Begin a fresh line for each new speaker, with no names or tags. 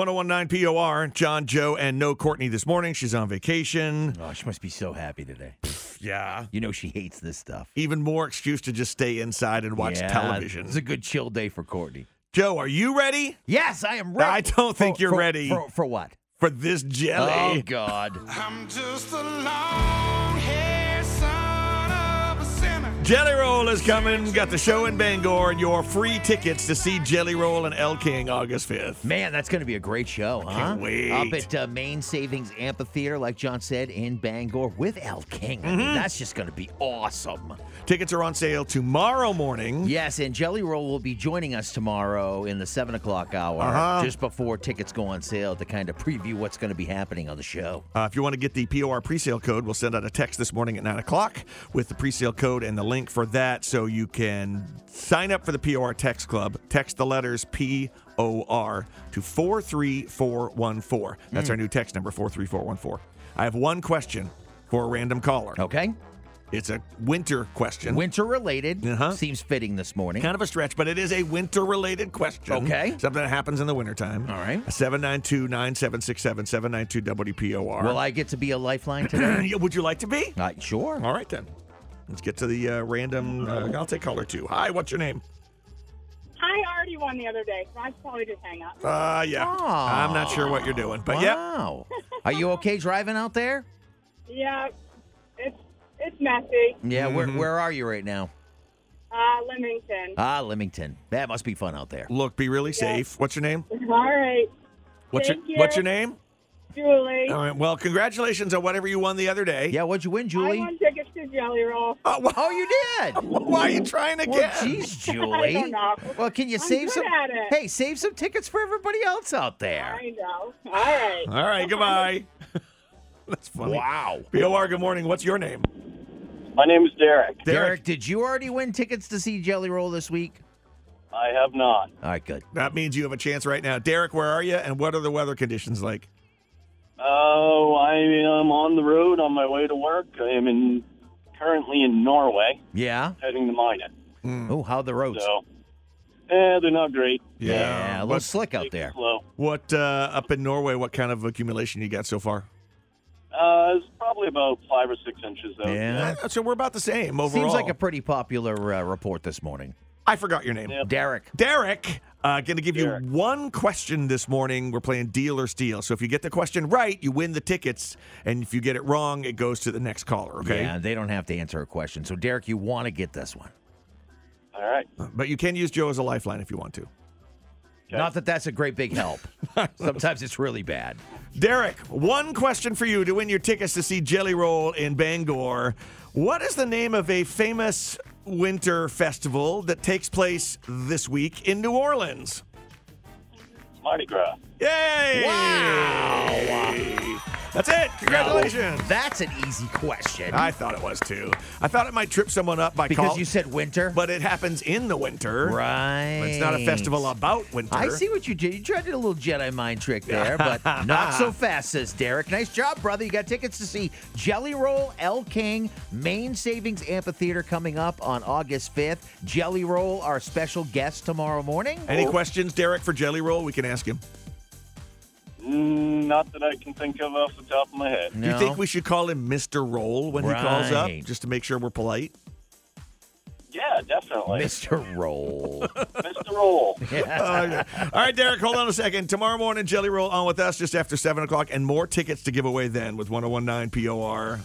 1019 POR, John, Joe, and no Courtney this morning. She's on vacation.
Oh, she must be so happy today.
Yeah.
You know she hates this stuff.
Even more excuse to just stay inside and watch
Yeah,
television.
It's a good chill day for Courtney.
Joe, are you ready
Yes, I am ready.
I don't think you're
for-
ready.
For, for what?
for this jelly?
Oh God.
I'm just a long haired son of a sinner.
Jelly Roll is coming. Got the show in Bangor and your free tickets to see Jelly Roll and El King August 5th.
Man, that's going to be a great show, huh?
can't wait.
Up at uh, Main Savings Amphitheater, like John said, in Bangor with El King. I mean,
Mm-hmm.
that's just going to be awesome.
Tickets are on sale tomorrow morning.
Yes, and Jelly Roll will be joining us tomorrow in the 7 o'clock hour,
Uh-huh.
just before tickets go on sale to kind of preview what's going to be happening on the show.
Uh, if you want to get the POR presale code, we'll send out a text this morning at 9 o'clock with the presale code and the link for that so you can sign up for the POR Text Club. Text the letters POR to 43414. That's our new text number, 43414. I have one question for a random caller.
Okay?
It's a winter question.
Winter related.
Uh-huh.
Seems fitting this morning.
Kind of a stretch, but it is a winter related question.
Okay.
Something that happens in the wintertime.
All right.
792 9767 792 WPOR.
Will I get to be a lifeline today?
Would you like to be?
uh, sure.
All right then. Let's get to the uh, random. Uh,
Mm-hmm.
I'll take caller two. Hi, what's your name?
I already won the other day, so I should probably just hang up.
Uh, yeah.
Aw.
I'm not sure what you're doing, but yeah.
Wow. Are you okay driving out there?
Yeah, it's it's messy.
Yeah, where,
Mm-hmm.
where are you right now?
Uh, Leamington.
Ah, Leamington. That must be fun out there.
Look, be really safe. What's your name?
All right,
What's
Thank
your
you.
What's your name?
Julie.
All right. Well, congratulations on whatever you won the other day.
Yeah, what'd you win,
I
Julie?
won tickets to Jelly Roll.
Oh, wh-
Oh, you did.
why are you trying again?
Well, geez, Julie.
don't know.
Well, can you
I'm
save
good
some?
at it.
Hey, save some tickets for everybody else out there.
I know. All right.
All right. Goodbye. That's funny.
Wow.
P.O.R. Good morning. What's your name?
My name is Derek.
Derek, did you already win tickets to see Jelly Roll this week?
I have not.
All right, good.
That means you have a chance right now. Derek, where are you? And what are the weather conditions like?
Oh, I am on the road on my way to work. I am in currently in Norway,
Yeah.
heading to Minot.
Mm.
Oh, how the roads?
So, eh, they're not great.
yeah, a little
What,
slick out
Take it
there.
Slow.
what uh, up in Norway? What kind of accumulation you got so far?
Uh, it's probably about five or six inches though.
Yeah.
So we're about the same overall.
Uh, Seems like a pretty popular uh, report this morning.
I forgot your name.
Yeah.
Derek.
Derek, uh, going to give
Derek.
you one question this morning. We're playing Deal or Steal. So if you get the question right, you win the tickets. And if you get it wrong, it goes to the next caller, okay?
Yeah, they don't have to answer a question. So, Derek, you want to get this one.
All right.
But you can use Joe as a lifeline if you want to.
Okay.
Not that that's a great big help. Sometimes it's really bad.
Derek, one question for you to win your tickets to see Jelly Roll in Bangor. What is the name of a famous winter festival that takes place this week in New Orleans?
Mardi Gras.
Yay!
Wow.
That's it. Congratulations.
Now, that's an easy question.
I thought it was too. I thought it might trip someone up by
because
call-
you said winter.
but it happens in the winter.
right.
It's not a festival about winter.
I see what you did. You tried to do a little Jedi mind trick there, but not so fast, says Derek. Nice job, brother. You got tickets to see Jelly Roll, El King, Main Savings Amphitheater coming up on August 5th. Jelly Roll, our special guest tomorrow morning.
Any questions, Derek, for Jelly Roll? We can ask him.
Mm, not that I can think of off the top of my head.
Do you
No.
think we should call him Mr. Roll when he calls up,
Right.
just to make sure we're polite?
Yeah, definitely.
Mr. Roll.
Mr. Roll.
Okay. Oh, All right, Derek, hold on a second. Tomorrow oh morning, Jelly Roll on with us just after 7 o'clock, and more tickets to give away then with 1019 POR.